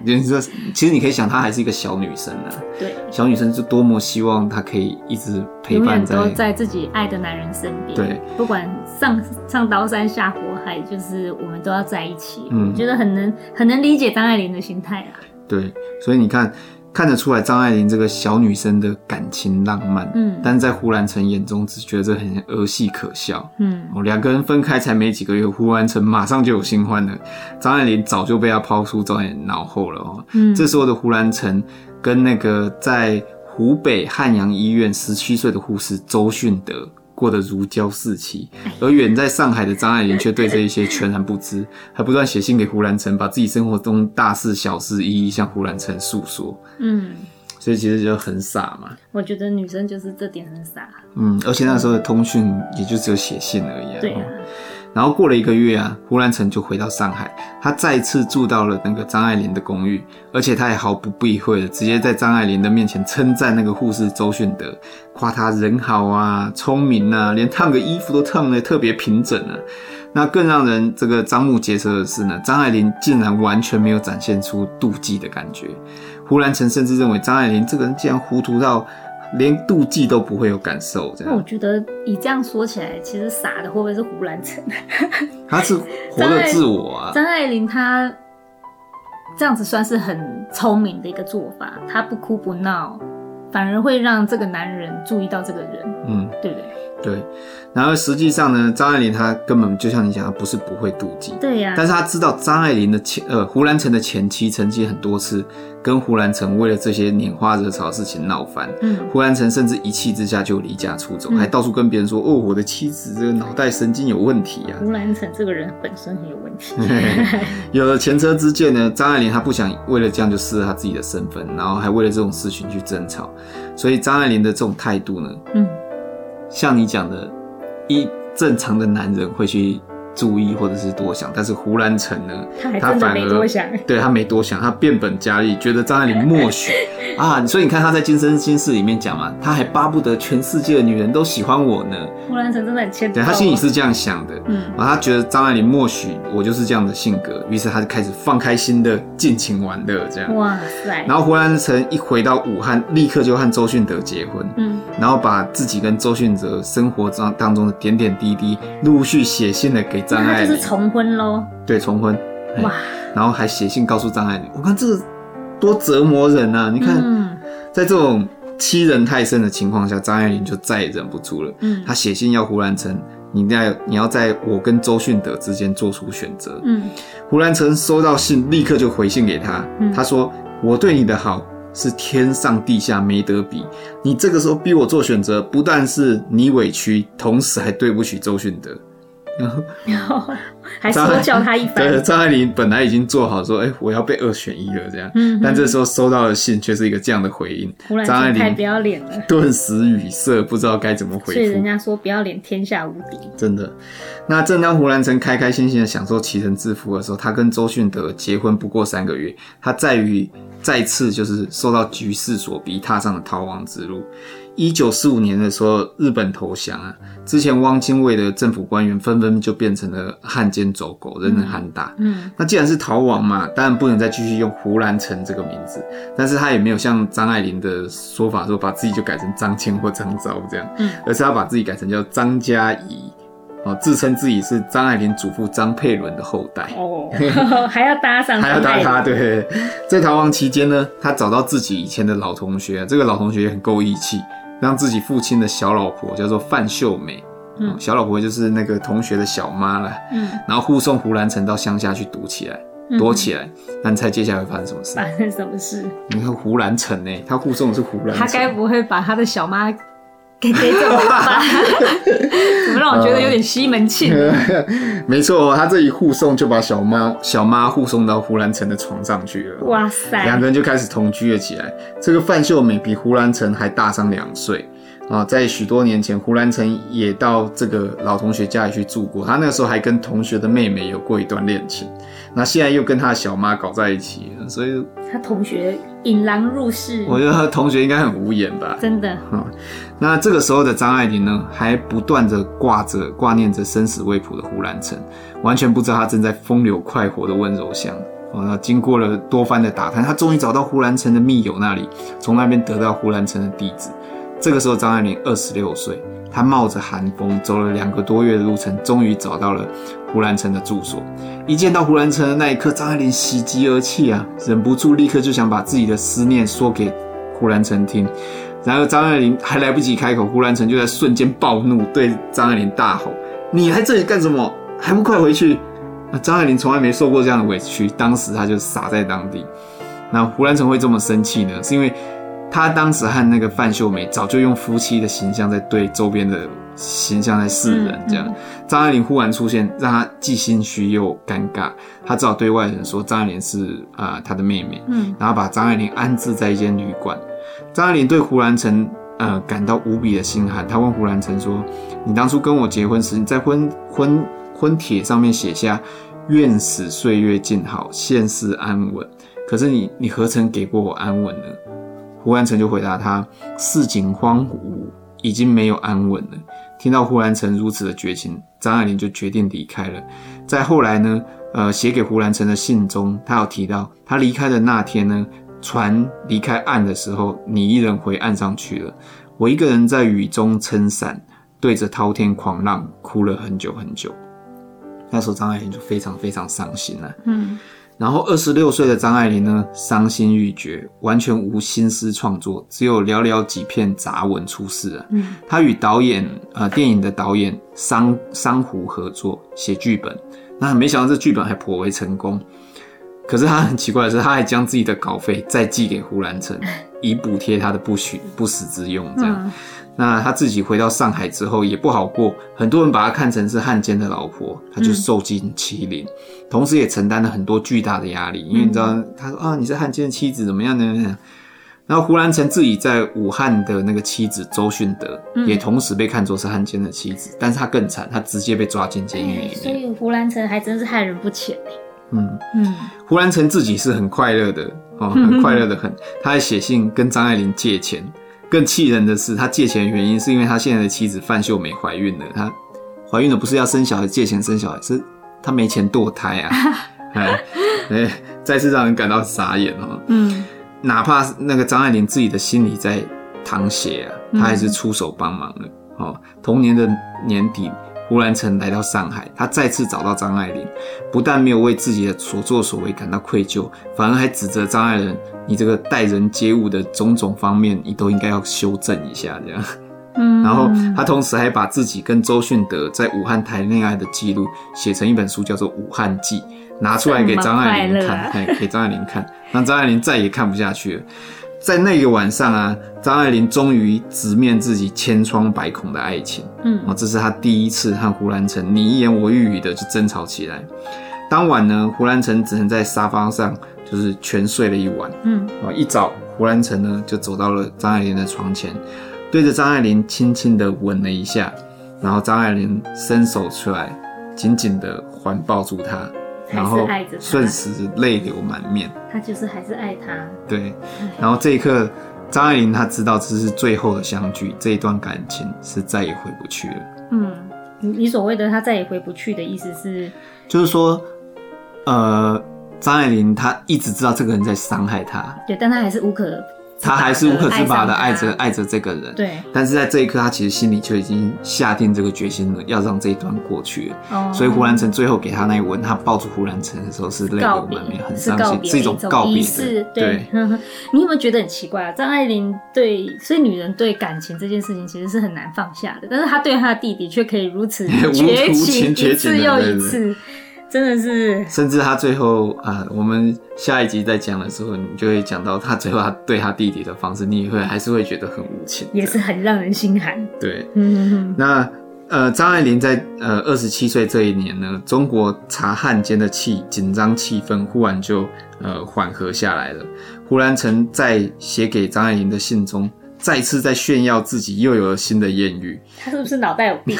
Speaker 2: 就是说，其实你可以想，她还是一个小女生啊，
Speaker 1: 对，
Speaker 2: 小女生就多么希望她可以一直陪
Speaker 1: 永
Speaker 2: 伴
Speaker 1: 远都
Speaker 2: 在
Speaker 1: 在自己爱的男人身边，
Speaker 2: 对，
Speaker 1: 不管上上刀山下火海，就是我们都要在一起。
Speaker 2: 嗯
Speaker 1: 我觉得很能很能理解张爱玲的心态啦。
Speaker 2: 对，所以你看，看得出来张爱玲这个小女生的感情浪漫，
Speaker 1: 嗯
Speaker 2: 但是在胡兰成眼中只觉得这很儿戏可笑。
Speaker 1: 嗯，
Speaker 2: 哦，两个人分开才没几个月，胡兰成马上就有新欢了，张爱玲早就被他抛出张爱玲脑后了哦。
Speaker 1: 嗯
Speaker 2: 这时候的胡兰成跟那个在湖北汉阳医院十七岁的护士周训德。过得如胶似漆，而远在上海的张爱玲却对这一些全然不知，还不断写信给胡兰成，把自己生活中大事小事一一向胡兰成诉说，
Speaker 1: 嗯，
Speaker 2: 所以其实就很傻嘛。
Speaker 1: 我觉得女生就是这点很傻。
Speaker 2: 嗯，而且那时候的通讯也就只有写信而已、啊。
Speaker 1: 对啊
Speaker 2: 哦，然后过了一个月啊，胡兰成就回到上海，他再次住到了那个张爱玲的公寓，而且他也毫不避讳的直接在张爱玲的面前称赞那个护士周训德，夸他人好啊、聪明啊，连烫个衣服都烫得特别平整啊。那更让人这个张目结舌的是呢，张爱玲竟然完全没有展现出妒忌的感觉。胡兰成甚至认为张爱玲这个人竟然糊涂到连妒忌都不会有感受，这
Speaker 1: 那我
Speaker 2: 样
Speaker 1: 觉得以这样说起来，其实傻的会不会是胡兰 成？
Speaker 2: 啊他是活
Speaker 1: 张
Speaker 2: 的
Speaker 1: 爱
Speaker 2: 自我啊。
Speaker 1: 张爱玲她这样子算是很聪明的一个做法，她不哭不闹，反而会让这个男人注意到这个人，
Speaker 2: 嗯，
Speaker 1: 对不对？
Speaker 2: 对。然后实际上呢，张爱玲她根本就像你讲，她不是不会妒忌，
Speaker 1: 对呀、
Speaker 2: 但是她知道张爱玲的前呃胡兰成的前妻曾经很多次跟胡兰成为了这些拈花惹草的事情闹翻。
Speaker 1: 嗯，
Speaker 2: 胡兰成甚至一气之下就离家出走，
Speaker 1: 嗯
Speaker 2: 还到处跟别人说：“哦，我的妻子这个脑袋神经有问题啊。”
Speaker 1: 胡兰成这个人本身很有问题。
Speaker 2: 有了前车之鉴呢，张爱玲她不想为了这样就失了她自己的身份，然后还为了这种事情去争吵，所以张爱玲的这种态度呢，
Speaker 1: 嗯，
Speaker 2: 像你讲的，一正常的男人会去注意或者是多想，但是胡兰成呢，
Speaker 1: 他还
Speaker 2: 他
Speaker 1: 真的
Speaker 2: 反
Speaker 1: 没
Speaker 2: 而
Speaker 1: 多想。
Speaker 2: 对他没多想，他变本加厉，觉得张爱玲默许啊，所以你看他在《今生今世》里面讲嘛，他还巴不得全世界的女人都喜欢我呢，
Speaker 1: 胡兰成真的很欠揍
Speaker 2: 对
Speaker 1: 啊。
Speaker 2: 他心里是这样想的，
Speaker 1: 嗯
Speaker 2: 然后他觉得张爱玲默许我就是这样的性格，于是他就开始放开心的尽情玩乐这样。
Speaker 1: 哇塞，
Speaker 2: 嗯然后胡兰成一回到武汉，立刻就和周迅德结婚，
Speaker 1: 嗯
Speaker 2: 然后把自己跟周迅德生活当当中的点点滴滴陆续写信的给张
Speaker 1: 那他
Speaker 2: 爱
Speaker 1: 就是
Speaker 2: 玲，
Speaker 1: 重婚喽。
Speaker 2: 对重婚，哎
Speaker 1: 哇，
Speaker 2: 然后还写信告诉张爱玲，我看这个多折磨人啊！你看，
Speaker 1: 嗯
Speaker 2: 在这种欺人太甚的情况下，张爱玲就再也忍不住了。
Speaker 1: 嗯
Speaker 2: 他写信要胡兰成，你在你要在我跟周迅德之间做出选择。
Speaker 1: 嗯，
Speaker 2: 胡兰成收到信，立刻就回信给他
Speaker 1: 嗯，
Speaker 2: 他说：“我对你的好是天上地下没得比，你这个时候逼我做选择，不但是你委屈，同时还对不起周迅德。”
Speaker 1: 然后还
Speaker 2: 张爱
Speaker 1: 说教他一番。
Speaker 2: 对，张爱玲本来已经做好说：“哎、我要被二选一了。”这样，
Speaker 1: 嗯，
Speaker 2: 但这
Speaker 1: 嗯
Speaker 2: 时候收到的信却是一个这样的回应，
Speaker 1: 胡兰
Speaker 2: 张爱
Speaker 1: 成
Speaker 2: 玲
Speaker 1: 太不要脸了。
Speaker 2: 顿时语塞，不知道该怎么回复。
Speaker 1: 所以人家说不要脸天下无敌。
Speaker 2: 真的。那正当胡兰成开开心心的享受其人之福的时候，他跟周迅德结婚不过三个月，他在于再次就是受到局势所逼，踏上了逃亡之路。一九四五年的时候，日本投降啊，之前汪精卫的政府官员纷纷就变成了汉奸走狗，人人喊打。
Speaker 1: 嗯
Speaker 2: 那既然是逃亡嘛，当然不能再继续用胡兰成这个名字，但是他也没有像张爱玲的说法说把自己就改成张骞或张昭这样，
Speaker 1: 嗯，
Speaker 2: 而是他把自己改成叫张嘉怡，哦，自称自己是张爱玲祖父张佩伦的后代。
Speaker 1: 哦， 还要搭上，
Speaker 2: 还要搭他，对。在逃亡期间呢，他找到自己以前的老同学，这个老同学也很够义气，让自己父亲的小老婆叫做范秀美，
Speaker 1: 嗯
Speaker 2: 哦小老婆就是那个同学的小妈啦，
Speaker 1: 嗯，
Speaker 2: 然后护送胡兰成到乡下去躲起来，
Speaker 1: 嗯哎
Speaker 2: 躲起来。那你猜接下来会发生什么事？
Speaker 1: 发生什么事？
Speaker 2: 你看胡兰成呢、他护送的是胡兰成，
Speaker 1: 他该不会把他的小妈给给走了 吧？怎么让我觉得有点西门庆？
Speaker 2: 呃没错，他这一护送就把小妈小妈护送到胡兰成的床上去了。
Speaker 1: 哇
Speaker 2: 两
Speaker 1: 塞
Speaker 2: 个！人就开始同居了起来。这个范秀美比胡兰成还大上两岁，啊，在许多年前，胡兰成也到这个老同学家里去住过。他那个时候还跟同学的妹妹有过一段恋情，那现在又跟他的小妈搞在一起了，所以
Speaker 1: 他同学引狼入室，
Speaker 2: 我觉得他同学应该很无言吧。
Speaker 1: 真的
Speaker 2: 那这个时候的张爱玲呢，还不断的挂着挂念着生死未卜的胡兰成，完全不知道他正在风流快活的温柔乡。哦，那经过了多番的打探，他终于找到胡兰成的密友那里，从那边得到胡兰成的地址。这个时候，张爱玲二十六岁，她冒着寒风走了两个多月的路程，终于找到了胡兰成的住所。一见到胡兰成的那一刻，张爱玲喜极而泣啊，忍不住立刻就想把自己的思念说给胡兰成听。然而，张爱玲还来不及开口，胡兰成就在瞬间暴怒，对张爱玲大吼：“你来这里干什么？还不快回去！”那张爱玲从来没受过这样的委屈，当时她就傻在当地。那胡兰成会这么生气呢？是因为他当时和那个范秀梅早就用夫妻的形象在对周边的形象在示人，这样
Speaker 1: 嗯嗯
Speaker 2: 张爱玲忽然出现，让他既心虚又尴尬，他只好对外人说张爱玲是啊、呃他的妹妹，
Speaker 1: 嗯，
Speaker 2: 然后把张爱玲安置在一间旅馆。张爱玲对胡兰成呃感到无比的心寒，她问胡兰成说：“你当初跟我结婚时，你在婚婚婚帖上面写下‘愿使岁月静好，现世安稳’，可是你你何曾给过我安稳呢？”胡兰成就回答他：“市井荒芜，已经没有安稳了。”听到胡兰成如此的绝情，张爱玲就决定离开了。在后来呢，呃，写给胡兰成的信中，他有提到，他离开的那天呢，船离开岸的时候，你一人回岸上去了，我一个人在雨中撑伞，对着滔天狂浪哭了很久很久。那时候张爱玲就非常非常伤心了、
Speaker 1: 嗯，
Speaker 2: 然后二十六岁的张爱玲呢，伤心欲绝，完全无心思创作，只有寥寥几篇杂文出世啊。
Speaker 1: 嗯，
Speaker 2: 她与导演呃电影的导演桑桑湖合作写剧本，那没想到这剧本还颇为成功。可是她很奇怪的是，她还将自己的稿费再寄给胡兰成，以补贴他的不许不时之用。这样，
Speaker 1: 嗯，
Speaker 2: 那他自己回到上海之后也不好过，很多人把他看成是汉奸的老婆，他
Speaker 1: 嗯
Speaker 2: 就受尽欺凌，同时也承担了很多巨大的压力。因为你知
Speaker 1: 嗯
Speaker 2: 道，他说啊，你是汉奸的妻子，怎么样呢？然后胡兰成自己在武汉的那个妻子周迅德，
Speaker 1: 嗯
Speaker 2: 也同时被看作是汉奸的妻子，但是他更惨，他直接被抓进监狱
Speaker 1: 哎
Speaker 2: 里
Speaker 1: 所
Speaker 2: 面。
Speaker 1: 以胡兰成还真是害人不浅哎
Speaker 2: 嗯，
Speaker 1: 嗯，
Speaker 2: 胡兰成自己是很快乐的哦，很快乐的很。他还写信跟张爱玲借钱。更气人的是，他借钱的原因是因为他现在的妻子范秀梅怀孕了。他怀孕了不是要生小孩借钱生小孩，是他没钱堕胎啊！哎哎，再次让人感到傻眼哦。
Speaker 1: 嗯，
Speaker 2: 哪怕那个张爱玲自己的心里在淌血啊，
Speaker 1: 嗯
Speaker 2: 她还是出手帮忙了。哦，同年的年底，胡兰成来到上海，他再次找到张爱玲，不但没有为自己的所作所为感到愧疚，反而还指责张爱玲：“你这个待人接物的种种方面，你都应该要修正一下。”这样。
Speaker 1: 嗯，
Speaker 2: 然后他同时还把自己跟周迅德在武汉谈恋爱的记录写成一本书，叫做《武汉记》，拿出来给张
Speaker 1: 这
Speaker 2: 爱玲
Speaker 1: 么快
Speaker 2: 看
Speaker 1: 乐啊，
Speaker 2: 哎，给张爱玲看，让张爱玲再也看不下去了。在那个晚上啊，张爱玲终于直面自己千疮百孔的爱情。
Speaker 1: 嗯，
Speaker 2: 哦，这是他第一次和胡兰成你一言我一语的就争吵起来。当晚呢，胡兰成只能在沙发上就是全睡了一晚。
Speaker 1: 嗯
Speaker 2: 啊，一早胡兰成呢就走到了张爱玲的床前，对着张爱玲轻轻的吻了一下，然后张爱玲伸手出来，紧紧的环抱住他，
Speaker 1: 还
Speaker 2: 然后
Speaker 1: 是爱着他
Speaker 2: 瞬时泪流满面。
Speaker 1: 他就是还是爱他，
Speaker 2: 对，
Speaker 1: 哎
Speaker 2: 然后这一刻，张爱玲她知道这是最后的相聚，这一段感情是再也回不去了。
Speaker 1: 嗯，你你所谓的他再也回不去的意思是，
Speaker 2: 就是说，呃，张爱玲她一直知道这个人在伤害她，
Speaker 1: 对，但他还是无可自拔
Speaker 2: 她
Speaker 1: 地
Speaker 2: 还是无可自拔的爱
Speaker 1: 上
Speaker 2: 着
Speaker 1: 他
Speaker 2: 爱着这个人。
Speaker 1: 对，
Speaker 2: 但是在这一刻，他其实心里就已经下定这个决心了，要让这一段过去了。
Speaker 1: 哦
Speaker 2: 所以胡兰成最后给他那一吻，他抱住胡兰成的时候是泪
Speaker 1: 告
Speaker 2: 流
Speaker 1: 别
Speaker 2: 满面，很
Speaker 1: 是
Speaker 2: 伤
Speaker 1: 告
Speaker 2: 心，
Speaker 1: 别
Speaker 2: 是一种告别
Speaker 1: 仪
Speaker 2: 的
Speaker 1: 式。对，， 你有没有觉得很奇怪啊？张爱玲对，所以女人对感情这件事情其实是很难放下的，但是她对她的弟弟却可以如此
Speaker 2: 无
Speaker 1: 绝
Speaker 2: 无
Speaker 1: 情
Speaker 2: 情
Speaker 1: 一
Speaker 2: 绝情
Speaker 1: 次
Speaker 2: 的
Speaker 1: 又
Speaker 2: 对
Speaker 1: 一
Speaker 2: 对
Speaker 1: 次，真的是
Speaker 2: 甚至他最后啊、我们下一集再讲的时候，你就会讲到他最后他对他弟弟的方式，你也会还是会觉得很无情。
Speaker 1: 也是很让人心寒。
Speaker 2: 对，
Speaker 1: 嗯嗯
Speaker 2: 那呃，张爱玲在呃二十七岁这一年呢，中国察汉奸的气紧张气氛忽然就呃缓和下来了。胡兰成在写给张爱玲的信中再次在炫耀自己又有了新的艳遇。
Speaker 1: 他是不是脑袋有 病？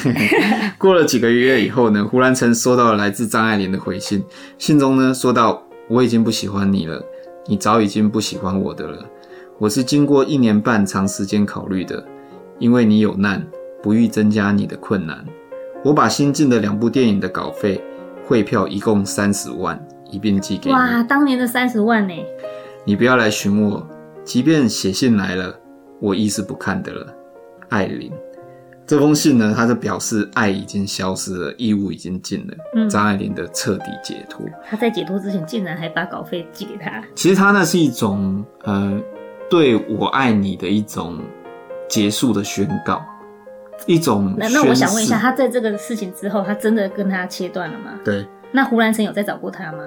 Speaker 2: 过了几个月以后呢，胡兰成收到了来自张爱玲的回信，信中呢说到：“我已经不喜欢你了，你早已经不喜欢我的了。我是经过一年半长时间考虑的，因为你有难，不欲增加你的困难。我把新进的两部电影的稿费、汇票一共三十万一并寄给你，
Speaker 1: 哇，当年的三十万呢、
Speaker 2: 你不要来寻我，即便写信来了，我亦是不看的了。”艾琳，这封信呢，他就表示爱已经消失了，义务已经尽了。
Speaker 1: 嗯，
Speaker 2: 张爱玲的彻底解脱。
Speaker 1: 他在解脱之前竟然还把稿费寄给他，
Speaker 2: 其实它那是一种呃，对我爱你的一种结束的宣告，一种
Speaker 1: 那那我想问一下，
Speaker 2: 宣誓，
Speaker 1: 他在这个事情之后，他真的跟他切断了吗？
Speaker 2: 对
Speaker 1: 那胡兰成有再找过他吗？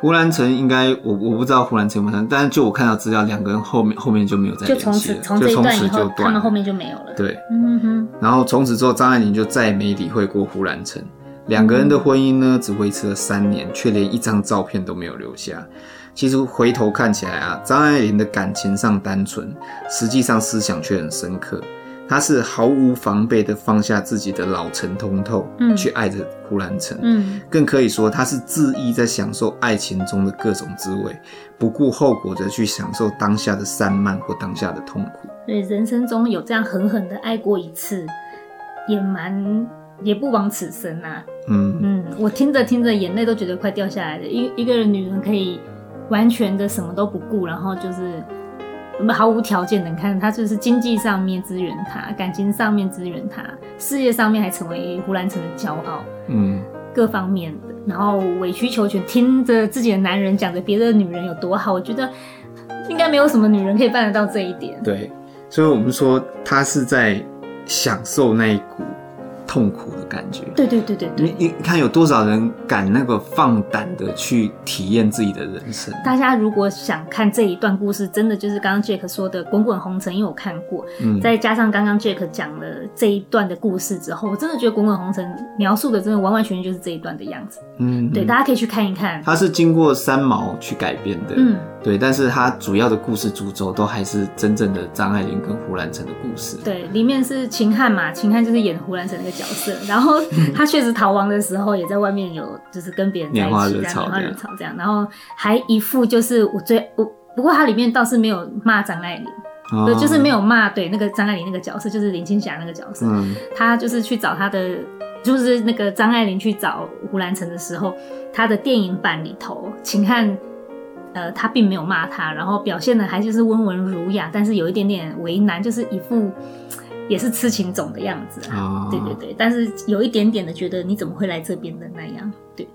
Speaker 2: 胡兰成应该我我不知道胡兰成有没有，但是就我看到资料，两个人后面后面就没有再
Speaker 1: 就从
Speaker 2: 联系
Speaker 1: 此
Speaker 2: 了，
Speaker 1: 从
Speaker 2: 就
Speaker 1: 这一
Speaker 2: 从
Speaker 1: 段
Speaker 2: 此
Speaker 1: 以
Speaker 2: 就
Speaker 1: 后，他
Speaker 2: 断
Speaker 1: 们后
Speaker 2: 了。
Speaker 1: 面就没有了。
Speaker 2: 对，
Speaker 1: 嗯哼，
Speaker 2: 然后从此之后，张爱玲就再也没理会过胡兰成。两个人的婚姻呢，只维持了三年，却连一张照片都没有留下。其实回头看起来啊，张爱玲的感情上单纯，实际上思想却很深刻。她是毫无防备的放下自己的老成通透，
Speaker 1: 嗯
Speaker 2: 去爱着胡兰成。
Speaker 1: 嗯，
Speaker 2: 更可以说，她是恣意在享受爱情中的各种滋味，不顾后果的去享受当下的散漫或当下的痛苦。
Speaker 1: 所以人生中有这样狠狠的爱过一次，也蛮也不枉此生啊。
Speaker 2: 嗯，
Speaker 1: 嗯，我听着听着眼泪都觉得快掉下来了。一一个女人可以完全的什么都不顾，然后就是毫无条件的看她，就是经济上面支援他，感情上面支援他，事业上面还成为胡兰成的骄傲。
Speaker 2: 嗯。
Speaker 1: 各方面的，然后委曲求全，听着自己的男人讲着别的女人有多好，我觉得应该没有什么女人可以办得到这一点。
Speaker 2: 对，所以我们说他是在享受那一股痛苦的感觉。
Speaker 1: 对对对对对，
Speaker 2: 你你看有多少人敢那个放胆的去体验自己的人生？
Speaker 1: 大家如果想看这一段故事，真的就是刚刚 Jack 说的《滚滚红尘》，因为我看过，
Speaker 2: 嗯，
Speaker 1: 再加上刚刚 Jack 讲了这一段的故事之后，我真的觉得《滚滚红尘》描述的真的完完全全就是这一段的样子。
Speaker 2: 嗯，
Speaker 1: 对，
Speaker 2: 嗯
Speaker 1: 大家可以去看一看。
Speaker 2: 他是经过三毛去改编的，
Speaker 1: 嗯，
Speaker 2: 对，但是他主要的故事主轴都还是真正的张爱玲跟胡兰成的故事。
Speaker 1: 对，里面是秦汉嘛，秦汉就是演胡兰成那个角色，然后他确实逃亡的时候也在外面有就是跟别人在一
Speaker 2: 拈花
Speaker 1: 起
Speaker 2: 惹
Speaker 1: 这样
Speaker 2: 草
Speaker 1: 拈花
Speaker 2: 这
Speaker 1: 惹
Speaker 2: 样
Speaker 1: 草这样，然后还一副就是我最我。不过它里面倒是没有骂张爱玲，
Speaker 2: 哦
Speaker 1: 对，就是没有骂对那个张爱玲那个角色，就是林青霞那个角色，
Speaker 2: 嗯
Speaker 1: 他就是去找他的，就是那个张爱玲去找胡兰成的时候，他的电影版里头，秦汉，呃，他并没有骂他，然后表现的还就是温文儒雅，但是有一点点为难，就是一副嘖也是痴情种的样子啊。
Speaker 2: 啊，
Speaker 1: 对对对，但是有一点点的觉得你怎么会来这边的那样，对，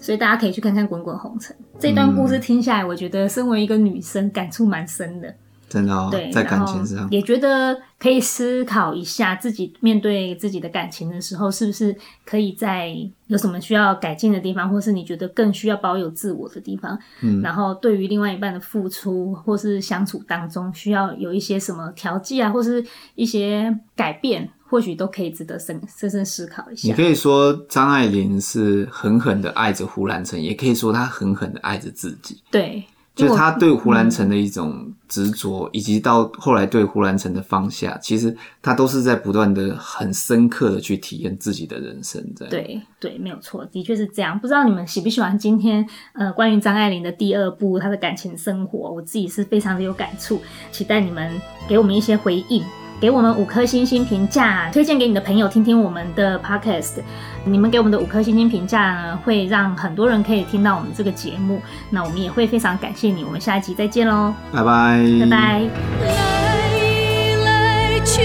Speaker 1: 所以大家可以去看看《滚滚红尘》这段故事，听下来，我觉得身为一个女生，感触蛮深的。
Speaker 2: 真的哦
Speaker 1: 对，，
Speaker 2: 在
Speaker 1: 然
Speaker 2: 感
Speaker 1: 后
Speaker 2: 情上，
Speaker 1: 也觉得可以思考一下，自己面对自己的感情的时候，是不是可以在有什么需要改进的地方，或是你觉得更需要保有自我的地方，
Speaker 2: 嗯
Speaker 1: 然后对于另外一半的付出或是相处当中，需要有一些什么调剂啊，或是一些改变，或许都可以值得深深深思考一
Speaker 2: 你
Speaker 1: 下
Speaker 2: 可。以说张爱玲是狠狠的爱着胡兰成，也可以说她狠狠的爱着自己。
Speaker 1: 对，
Speaker 2: 就
Speaker 1: 因为
Speaker 2: 是
Speaker 1: 我嗯
Speaker 2: 他对胡兰成的一种执着，以及到后来对胡兰成的放下，其实他都是在不断的、很深刻的去体验自己的人生，这样。，
Speaker 1: 对对，没有错，的确是这样。不知道你们喜不喜欢今天呃关于张爱玲的第二部她的感情生活，我自己是非常的有感触，期待你们给我们一些回应。给我们五颗星星评价，推荐给你的朋友听听我们的 podcast。你们给我们的五颗星星评价呢，会让很多人可以听到我们这个节目。那我们也会非常感谢你。我们下一集再见喽，
Speaker 2: 拜拜，
Speaker 1: 拜拜。
Speaker 3: 来来去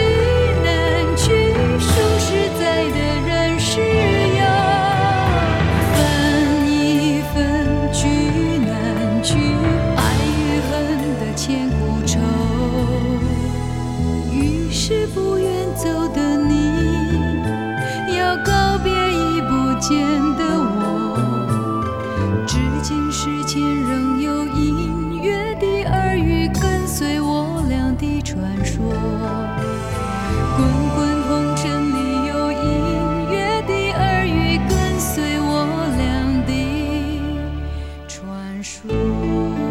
Speaker 3: 难去，数十载的人世游，分一分聚难聚，爱与恨的千古愁。于是不愿走的你，要告别已不见的我。至今世间仍有隐约的耳语跟随我俩的传说，滚滚红尘里有隐约的耳语跟随我俩的传说。